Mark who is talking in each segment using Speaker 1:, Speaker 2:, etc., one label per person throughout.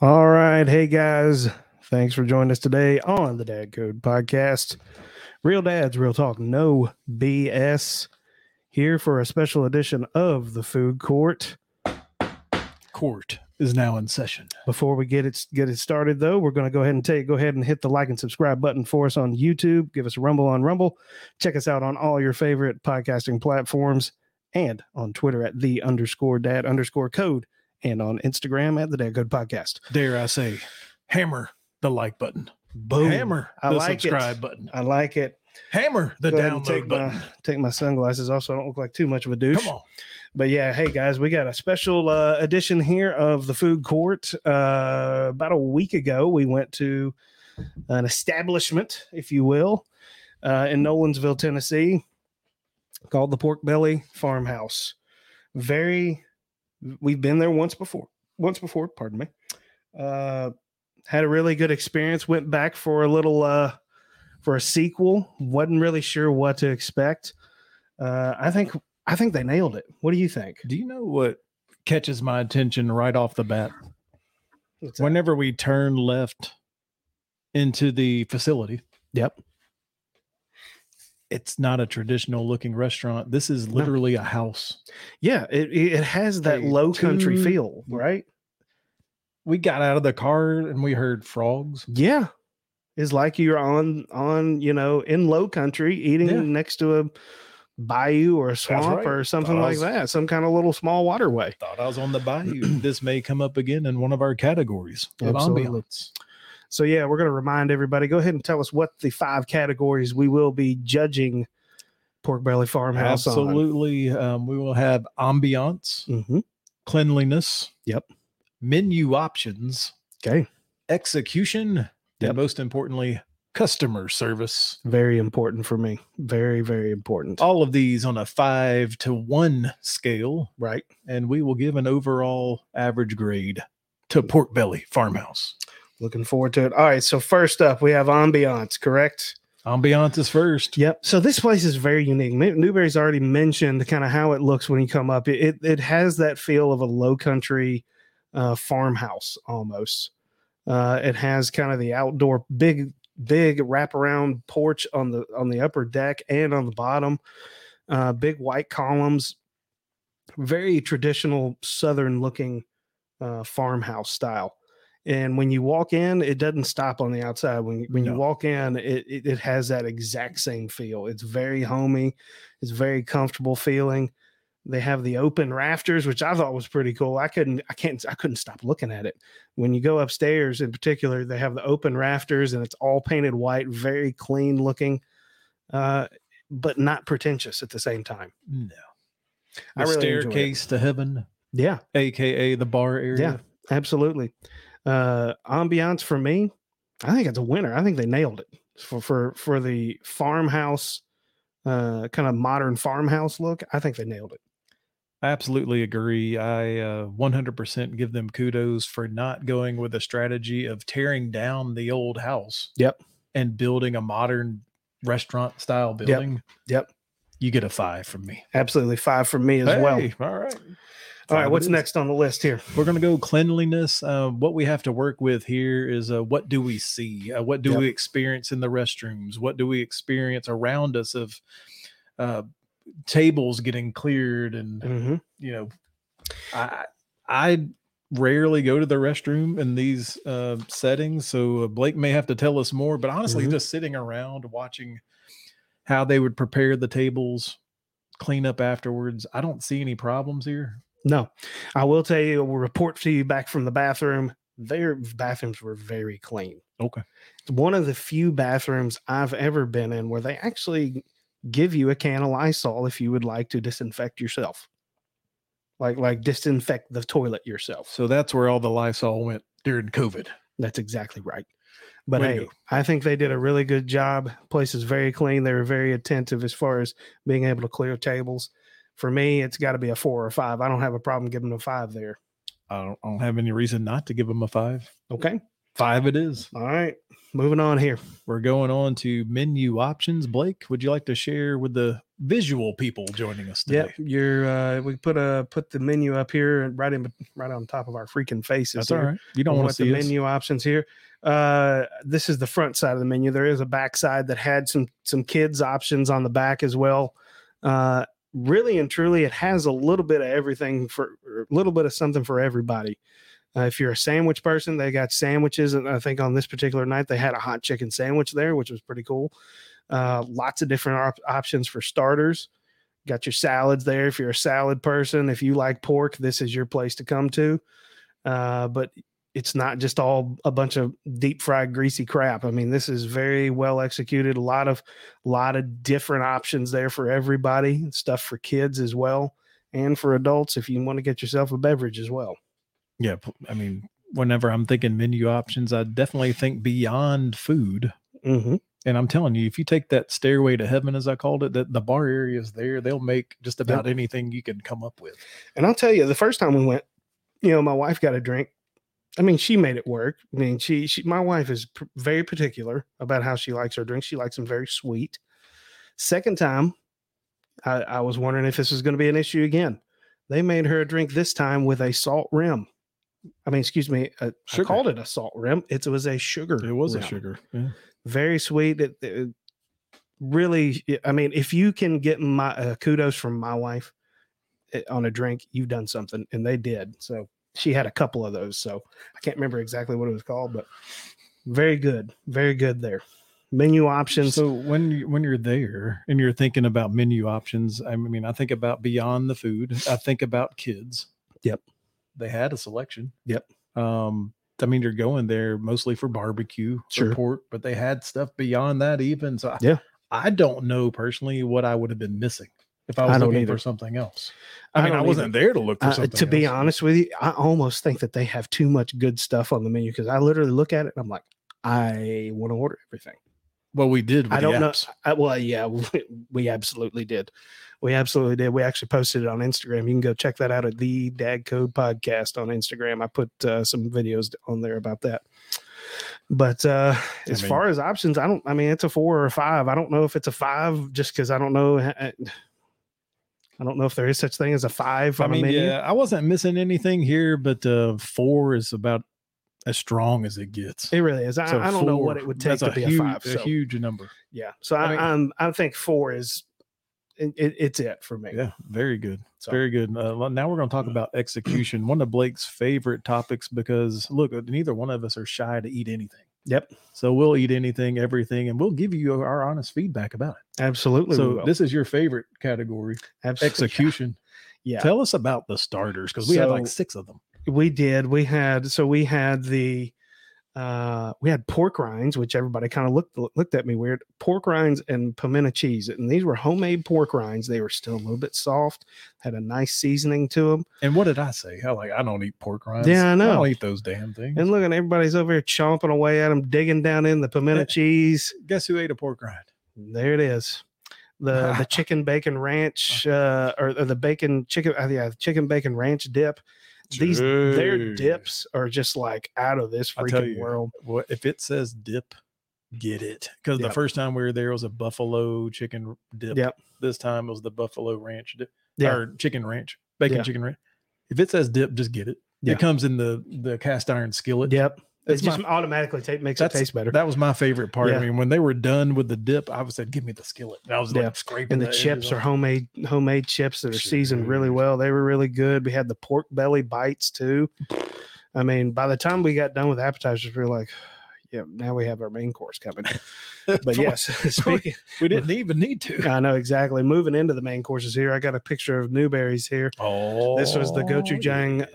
Speaker 1: All right. Hey, guys. Thanks for joining us today on the Dad Code Podcast. Real Dads, Real Talk, no BS. Here for a special edition of the Food Court.
Speaker 2: Court is now in session.
Speaker 1: Before we get it get it started, though, we're going to go ahead and take go ahead and hit the like and subscribe button for us on YouTube. Give us a rumble on Rumble. Check us out on all your favorite podcasting platforms and on Twitter at the underscore dad underscore code and on Instagram at the Dad Code Podcast.
Speaker 2: Dare I say, hammer the like button.
Speaker 1: Boom.
Speaker 2: Hammer
Speaker 1: I
Speaker 2: the
Speaker 1: like it.
Speaker 2: subscribe button.
Speaker 1: I like it.
Speaker 2: Hammer the
Speaker 1: Go ahead and
Speaker 2: download
Speaker 1: take
Speaker 2: button.
Speaker 1: my take my sunglasses off so I don't look like too much of a douche.
Speaker 2: Come on.
Speaker 1: But yeah, hey guys, we got a special uh, edition here of the food court. Uh, about a week ago, we went to an establishment, if you will, uh, in Nolansville, Tennessee, called the Pork Belly Farmhouse. Very, we've been there once before. Once before, pardon me. Uh, had a really good experience. Went back for a little uh, for a sequel. wasn't really sure what to expect. Uh, I think I think they nailed it. What do you think?
Speaker 2: Do you know what catches my attention right off the bat? Whenever we turn left into the facility,
Speaker 1: Yep.
Speaker 2: it's not a traditional looking restaurant. This is literally a house.
Speaker 1: Yeah, it, it it has that
Speaker 2: Hey,
Speaker 1: low country
Speaker 2: two-
Speaker 1: feel, right?
Speaker 2: We got out of the car and we heard frogs.
Speaker 1: Yeah. It's like you're on on, you know, in low country eating
Speaker 2: Yeah.
Speaker 1: next to a bayou or a swamp
Speaker 2: right.
Speaker 1: or something
Speaker 2: Thought I
Speaker 1: like
Speaker 2: was-
Speaker 1: that, some kind of little small waterway.
Speaker 2: Thought I was on the bayou. this may come up again in one of our categories of
Speaker 1: Absolutely.
Speaker 2: ambiance.
Speaker 1: So yeah, we're going to remind everybody. Go ahead and tell us what the five categories we will be judging Pork Belly Farmhouse
Speaker 2: Absolutely. Um, we will have ambiance.
Speaker 1: on. Mhm.
Speaker 2: cleanliness.
Speaker 1: Yep.
Speaker 2: Menu options,
Speaker 1: Okay,
Speaker 2: execution,
Speaker 1: Yep.
Speaker 2: and most importantly, customer service.
Speaker 1: very important for me. Very very important.
Speaker 2: All of these on a five to one scale,
Speaker 1: Right.
Speaker 2: and we will give an overall average grade to Pork Belly Farmhouse.
Speaker 1: Looking forward to it. All right. So first up, we have ambiance, correct?
Speaker 2: Ambiance is first.
Speaker 1: Yep. So this place is very unique. Ma- Newberry's already mentioned kind of how it looks when you come up. It it, it has that feel of a low country uh, farmhouse almost. Uh, it has kind of the outdoor big big wraparound porch on the on the upper deck and on the bottom. Uh, big white columns. Very traditional southern looking uh, farmhouse style. And when you walk in, it doesn't stop on the outside. When you- when you
Speaker 2: No.
Speaker 1: walk in, it, it it has that exact same feel. It's very homey. It's very comfortable feeling. They have the open rafters, which I thought was pretty cool. I couldn't I can't I couldn't stop looking at it. When you go upstairs in particular, they have the open rafters and it's all painted white, very clean looking. Uh but not pretentious at the same time.
Speaker 2: No.
Speaker 1: I
Speaker 2: The
Speaker 1: really enjoy it.
Speaker 2: staircase to heaven,
Speaker 1: Yeah.
Speaker 2: aka the bar area.
Speaker 1: Yeah. Absolutely. Uh ambiance for me, I think it's a winner. I think they nailed it for for for the farmhouse uh kind of modern farmhouse look. I think they nailed it.
Speaker 2: I absolutely agree. I uh, 100% give them kudos for not going with a strategy of tearing down the old house.
Speaker 1: Yep.
Speaker 2: And building a modern restaurant style building.
Speaker 1: Yep.
Speaker 2: You get a five from me
Speaker 1: Absolutely. 5 for me as well.
Speaker 2: Hey, All right.
Speaker 1: All right,
Speaker 2: Five it
Speaker 1: what's
Speaker 2: is.
Speaker 1: next on the list here?
Speaker 2: We're going to go cleanliness. Uh, what we have to work with here is uh, what do we see? Uh, what do
Speaker 1: Yep.
Speaker 2: we experience in the restrooms? What do we experience around us of uh, tables getting cleared and
Speaker 1: Mhm.
Speaker 2: you know, I I rarely go to the restroom in these uh, settings, so uh, Blake may have to tell us more. But honestly,
Speaker 1: Mhm.
Speaker 2: just sitting around watching how they would prepare the tables, clean up afterwards, I don't see any problems here.
Speaker 1: No. I will tell you we'll report to you back from the bathroom. Their bathrooms were very clean.
Speaker 2: Okay.
Speaker 1: It's one of the few bathrooms I've ever been in where they actually give you a can of Lysol if you would like to disinfect yourself. Like like disinfect the toilet yourself.
Speaker 2: So that's where all the Lysol went during COVID.
Speaker 1: That's exactly right. But
Speaker 2: Way to
Speaker 1: hey,
Speaker 2: go.
Speaker 1: I think they did a really good job. Place is very clean. They were very attentive as far as being able to clear tables. For me, it's got to be a four or five. I don't have a problem giving them a five there.
Speaker 2: I don't, I don't have any reason not to give them a five.
Speaker 1: Okay.
Speaker 2: Five it is.
Speaker 1: All right. Moving on here.
Speaker 2: We're going on to menu options. Blake, would you like to share with the visual people joining us today.
Speaker 1: Yep, you're. Uh, we put a put the menu up here and right in right on top of our freaking faces.
Speaker 2: That's
Speaker 1: here.
Speaker 2: all right. You don't want to
Speaker 1: what
Speaker 2: see
Speaker 1: the
Speaker 2: us.
Speaker 1: menu options here. Uh, this is the front side of the menu. There is a back side that had some some kids options on the back as well. Uh, really and truly, it has a little bit of everything for a little bit of something for everybody. Uh, if you're a sandwich person, they got sandwiches, and I think on this particular night they had a hot chicken sandwich there, which was pretty cool. Uh, lots of different op- options for starters. Got your salads there. If you're a salad person, if you like pork, this is your place to come to. Uh, but it's not just all a bunch of deep fried greasy crap. I mean, this is very well executed. A lot of lot of different options there for everybody. Stuff for kids as well, and for adults if you want to get yourself a beverage as well.
Speaker 2: Yeah, p- I mean, whenever I'm thinking menu options, I definitely think beyond food.
Speaker 1: Mm-hmm.
Speaker 2: And I'm telling you, if you take that stairway to heaven, as I called it, that the bar area is there. They'll make just about anything you can come up with.
Speaker 1: And I'll tell you, the first time we went, you know, my wife got a drink. I mean, she made it work. I mean, she, she my wife is pr- very particular about how she likes her drinks. She likes them very sweet. Second time, I, I was wondering if this was going to be an issue again. They made her a drink this time with a salt rim. I mean, excuse me, a, I
Speaker 2: Sugar.
Speaker 1: called it a salt rim. It was a sugar.
Speaker 2: It was a
Speaker 1: rim.
Speaker 2: sugar. Yeah.
Speaker 1: Very sweet. It, it- really, I mean, if you can get my uh, kudos from my wife eh, on a drink, you've done something, and they did. So she had a couple of those. So I can't remember exactly what it was called, but very good, very good there. Menu options.
Speaker 2: So when you, when you're there and you're thinking about menu options, I mean, I think about beyond the food. I think about kids.
Speaker 1: Yep.
Speaker 2: They had a selection.
Speaker 1: Yep.
Speaker 2: Um, I mean, you're going there mostly for barbecue,
Speaker 1: Sure.
Speaker 2: sure. pork, but they had stuff beyond that even. So I-
Speaker 1: Yeah.
Speaker 2: I don't know personally what I would have been missing if I
Speaker 1: I
Speaker 2: was
Speaker 1: don't
Speaker 2: looking
Speaker 1: either.
Speaker 2: for something else.
Speaker 1: I
Speaker 2: I, mean,
Speaker 1: don't
Speaker 2: I wasn't there to look for
Speaker 1: Uh,
Speaker 2: something.
Speaker 1: to be
Speaker 2: else.
Speaker 1: honest with you, I almost think that they have too much good stuff on the menu because I literally look at it and I'm like, I want to order everything.
Speaker 2: well, we did. With
Speaker 1: I
Speaker 2: the
Speaker 1: don't know.
Speaker 2: apps.
Speaker 1: I, well, yeah, we absolutely did. We absolutely did. We actually posted it on Instagram. You can go check that out at the Dag Code Podcast on Instagram. I put uh, some videos on there about that. But uh,
Speaker 2: I
Speaker 1: as
Speaker 2: mean-
Speaker 1: far as options, I don't. I mean, it's a four or a five. I don't know if it's a five, just because I don't know. I I don't know if there is such thing as a five
Speaker 2: I
Speaker 1: on a
Speaker 2: mean,
Speaker 1: menu.
Speaker 2: yeah, I wasn't missing anything here, but uh, four is about as strong as it gets.
Speaker 1: It really is. I,
Speaker 2: So
Speaker 1: I don't know what
Speaker 2: four,
Speaker 1: it would take
Speaker 2: that's
Speaker 1: to be
Speaker 2: huge,
Speaker 1: a five. So,
Speaker 2: huge number.
Speaker 1: yeah. So
Speaker 2: I
Speaker 1: I,
Speaker 2: mean-
Speaker 1: I'm, I think four is it, it, it's it for me.
Speaker 2: Yeah, very good.
Speaker 1: So-
Speaker 2: Very good. Uh, well, now we're going to talk about execution, one of Blake's favorite topics because look, uh, neither one of us are shy to eat anything.
Speaker 1: Yep.
Speaker 2: So we'll eat anything, everything, and we'll give you our honest feedback about it.
Speaker 1: Absolutely.
Speaker 2: so this is your favorite category, execution.
Speaker 1: Yeah.
Speaker 2: Tell us about the starters because we had like
Speaker 1: So-
Speaker 2: six of them.
Speaker 1: we did. We had so we had the uh we had pork rinds, which everybody kind of looked looked at me weird. Pork rinds and pimento cheese, and these were homemade pork rinds. They were still a little bit soft, had a nice seasoning to them.
Speaker 2: And what did I say? I like I don't eat pork rinds.
Speaker 1: Yeah, I
Speaker 2: I
Speaker 1: know.
Speaker 2: don't eat those damn things.
Speaker 1: And look, and everybody's over here chomping away at them, digging down in the pimento
Speaker 2: Yeah.
Speaker 1: cheese.
Speaker 2: Guess who ate a pork rind?
Speaker 1: There it is. The the chicken bacon ranch uh or, or the bacon chicken uh, yeah, chicken bacon ranch dip. These their
Speaker 2: Dude.
Speaker 1: dips are just like out of this
Speaker 2: I tell
Speaker 1: freaking
Speaker 2: you.
Speaker 1: world.
Speaker 2: Well, if it says dip, get it. Because
Speaker 1: Yep.
Speaker 2: the first time we were there was a buffalo chicken r- dip.
Speaker 1: Yep.
Speaker 2: This time it was the buffalo ranch dip
Speaker 1: Yeah.
Speaker 2: or chicken ranch, bacon
Speaker 1: Yeah.
Speaker 2: chicken ranch. If it says dip, just get it.
Speaker 1: Yeah.
Speaker 2: It comes in the the cast iron skillet.
Speaker 1: Yep. It
Speaker 2: That's
Speaker 1: just
Speaker 2: my-
Speaker 1: automatically ta- makes it
Speaker 2: That's-
Speaker 1: taste better.
Speaker 2: That was my favorite part.
Speaker 1: Yeah.
Speaker 2: I mean, when they were done with the dip, I was said, "Give me the skillet." And I was
Speaker 1: Yeah.
Speaker 2: like scraping,
Speaker 1: and the
Speaker 2: edges
Speaker 1: chips are
Speaker 2: off.
Speaker 1: homemade homemade chips that are seasoned really
Speaker 2: Dude.
Speaker 1: well. They were really good. We had the pork belly bites too. I mean, by the time we got done with appetizers, we were like, yeah, now we have our main course coming. But yes, speaking,
Speaker 2: we didn't even need to.
Speaker 1: I know exactly. Moving into the main courses here, I got a picture of Newberries here.
Speaker 2: Oh,
Speaker 1: This was the gochujang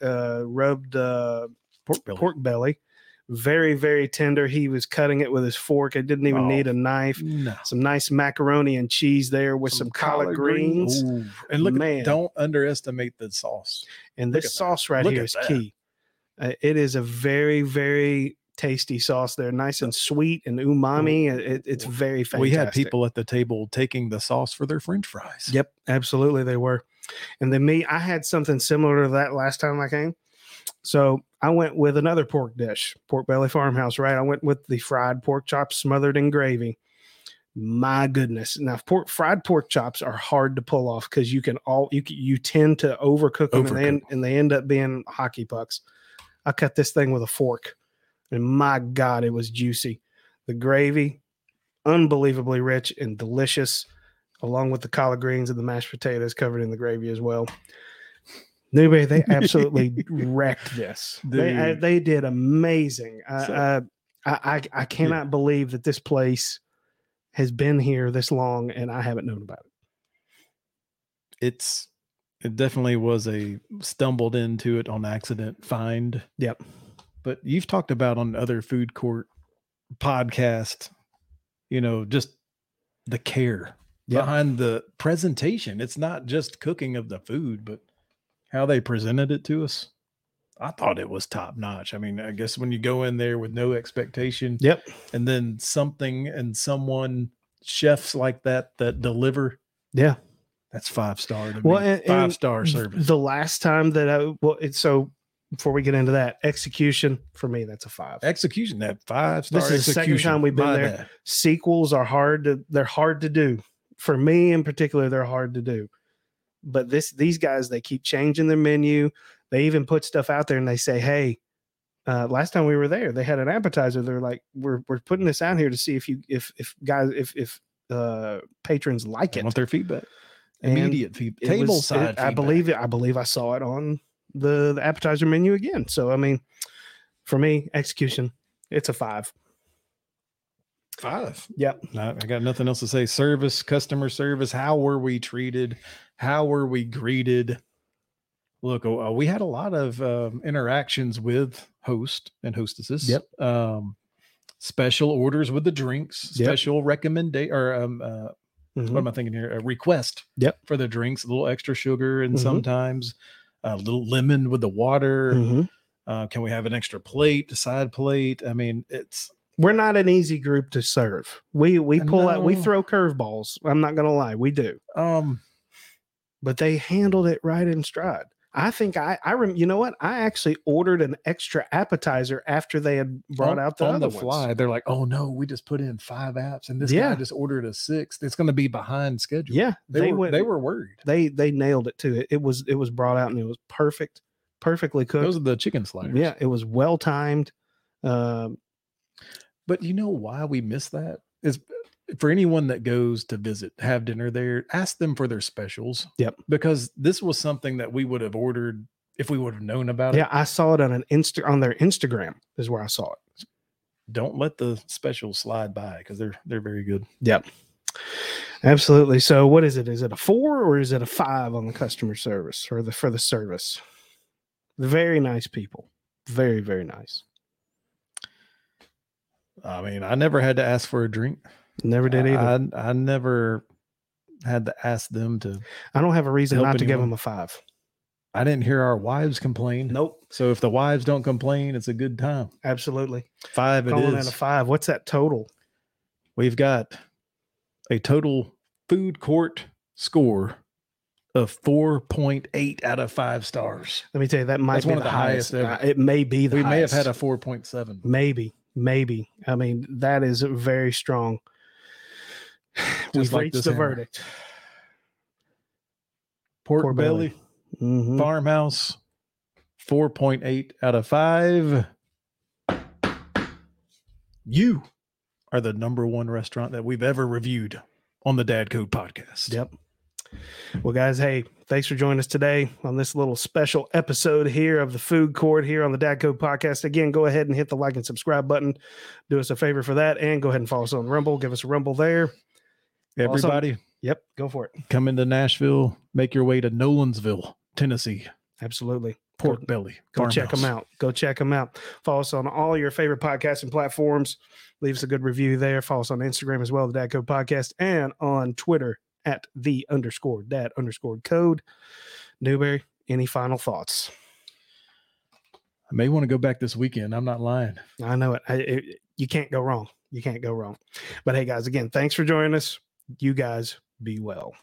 Speaker 2: yeah.
Speaker 1: uh, rubbed uh,
Speaker 2: pork belly.
Speaker 1: pork belly. Very, very tender. He was cutting it with his fork. It didn't even
Speaker 2: Oh.
Speaker 1: need a knife.
Speaker 2: No.
Speaker 1: some nice macaroni and cheese there with some, collard, greens.
Speaker 2: Ooh, And look,
Speaker 1: Man.
Speaker 2: at don't underestimate the sauce.
Speaker 1: And
Speaker 2: Look
Speaker 1: this
Speaker 2: at that.
Speaker 1: sauce right
Speaker 2: Look
Speaker 1: here
Speaker 2: at
Speaker 1: is
Speaker 2: that.
Speaker 1: key. Uh, it is a very, very tasty sauce there, nice and sweet and umami. It- it- it's very fantastic.
Speaker 2: We had people at the table taking the sauce for their French fries.
Speaker 1: Yep, absolutely, they were. And then me, I had something similar to that last time I came. So I went with another pork dish, pork belly farmhouse. Right, I went with the fried pork chops smothered in gravy. my goodness now pork, fried pork chops are hard to pull off because you can all you c- you tend to overcook them And, they
Speaker 2: Overcook.
Speaker 1: end, and they end up being hockey pucks i cut this thing with a fork and my god it was juicy the gravy unbelievably rich and delicious along with the collard greens and the mashed potatoes covered in the gravy as well newberry they absolutely wrecked this they, I-
Speaker 2: Dude.
Speaker 1: they did amazing I,
Speaker 2: So-
Speaker 1: I, I, I, I cannot believe that this place has been here this long and I haven't known about it.
Speaker 2: It's it definitely was a stumbled into it on accident find.
Speaker 1: Yep.
Speaker 2: But you've talked about on other food court podcast, you know, just the care
Speaker 1: Yep.
Speaker 2: behind the presentation. It's not just cooking of the food, but how they presented it to us. I thought it was top notch. I mean, I guess when you go in there with no expectation,
Speaker 1: Yep.
Speaker 2: and then something and someone chefs like that that deliver,
Speaker 1: Yeah.
Speaker 2: that's five star. To
Speaker 1: Well,
Speaker 2: me.
Speaker 1: and-
Speaker 2: five
Speaker 1: and
Speaker 2: star
Speaker 1: th-
Speaker 2: service.
Speaker 1: The last time that I well, it's so before we get into that execution for me, that's a five.
Speaker 2: execution that five star.
Speaker 1: This is the second time we've been there. Sequels are hard to they're hard to do. For me in particular, they're hard to do. But this these guys they keep changing their menu. They even put stuff out there and they say, hey. Uh, last time we were there, they had an appetizer. They're like, "We're we're putting this out here to see if you if if guys if if uh patrons like
Speaker 2: I
Speaker 1: it."
Speaker 2: want their feedback.
Speaker 1: And
Speaker 2: Immediate feedback.
Speaker 1: it
Speaker 2: Table
Speaker 1: was- it-
Speaker 2: side.
Speaker 1: I
Speaker 2: feedback.
Speaker 1: believe it. I believe I saw it on the, the appetizer menu again. So I mean, for me, execution, it's a five.
Speaker 2: five.
Speaker 1: Yep.
Speaker 2: I, I got nothing else to say. Service, customer service. How were we treated? How were we greeted? Look, uh, we had a lot of um, interactions with host and hostesses.
Speaker 1: Yep.
Speaker 2: Um, special orders with the drinks.
Speaker 1: Yep.
Speaker 2: Special recommendation or um, uh,
Speaker 1: Mm-hmm.
Speaker 2: what am I thinking here? A request.
Speaker 1: Yep.
Speaker 2: For the drinks, a little extra sugar, and
Speaker 1: Mhm.
Speaker 2: sometimes a little lemon with the water.
Speaker 1: Mhm.
Speaker 2: Uh, can we have an extra plate, a side plate? I mean, it's
Speaker 1: We're not an easy group to serve. We we pull out, we
Speaker 2: Uh, No.
Speaker 1: throw curveballs. I'm not gonna lie, we do.
Speaker 2: um
Speaker 1: But they handled it right in stride. I think I I rem, you know what I actually ordered an extra appetizer after they had brought
Speaker 2: on-
Speaker 1: out the
Speaker 2: on
Speaker 1: other
Speaker 2: the fly. They're like, oh no, we just put in five apps, and this
Speaker 1: Yeah.
Speaker 2: guy just ordered a sixth. It's going to be behind schedule.
Speaker 1: Yeah,
Speaker 2: they, were
Speaker 1: went-
Speaker 2: they were worried.
Speaker 1: they they nailed it too. It, it was it was brought out and it was perfect, perfectly cooked.
Speaker 2: Those are the chicken sliders.
Speaker 1: Yeah, it was well timed. Um,
Speaker 2: but you know why we miss that is for anyone that goes to visit, have dinner there, ask them for their specials.
Speaker 1: Yep.
Speaker 2: because this was something that we would have ordered if we would have known about it.
Speaker 1: yeah, I saw it on an Insta on their Instagram is where I saw it.
Speaker 2: Don't let the specials slide by because they're they're very good.
Speaker 1: Absolutely. So what is it? Is it a four or is it a five on the customer service or the for the service? Very nice people. Very, very nice.
Speaker 2: I mean, I never had to ask for a drink.
Speaker 1: Never did either.
Speaker 2: I, I never had to ask them to.
Speaker 1: I don't have a reason
Speaker 2: help
Speaker 1: not to give
Speaker 2: anyone.
Speaker 1: them a five.
Speaker 2: I didn't hear our wives complain.
Speaker 1: Nope.
Speaker 2: So if the wives don't complain, it's a good time.
Speaker 1: Absolutely.
Speaker 2: Five it
Speaker 1: Calling it
Speaker 2: is.
Speaker 1: a five. What's that total?
Speaker 2: We've got a total food court score of 4.8 out of five stars.
Speaker 1: Let me tell you, that might
Speaker 2: That's
Speaker 1: be
Speaker 2: one of
Speaker 1: the
Speaker 2: the highest
Speaker 1: highest.
Speaker 2: ever.
Speaker 1: Uh, it may be the
Speaker 2: we may have
Speaker 1: highest. Mm,
Speaker 2: had a 4.7.
Speaker 1: Maybe, maybe. I mean, that is very strong. We've
Speaker 2: like
Speaker 1: reached
Speaker 2: this
Speaker 1: the
Speaker 2: hammer.
Speaker 1: verdict.
Speaker 2: Pork,
Speaker 1: Pork belly.
Speaker 2: belly,
Speaker 1: Mhm.
Speaker 2: farmhouse, 4.8 out of five. You are the number one restaurant that we've ever reviewed on the Dad Code podcast.
Speaker 1: Yep. Well, guys, hey, thanks for joining us today on this little special episode here of the food court here on the Dadco podcast. Again, go ahead and hit the like and subscribe button. Do us a favor for that and go ahead and follow us on Rumble. Give us a rumble there. Awesome.
Speaker 2: Everybody,
Speaker 1: Yep, go for it.
Speaker 2: come into Nashville, make your way to Nolansville, Tennessee.
Speaker 1: Absolutely.
Speaker 2: Pork belly.
Speaker 1: Go check them
Speaker 2: farmhouse.
Speaker 1: out. Go check them out. Follow us on all your favorite podcasting platforms. Leave us a good review there. Follow us on Instagram as well, the Dad Code Podcast, and on Twitter at the underscore dad underscore code. Newberry, any final thoughts?
Speaker 2: I may want to go back this weekend. I'm not lying.
Speaker 1: I know it. I, it. You can't go wrong. You can't go wrong. But hey, guys, again, thanks for joining us. You guys be well.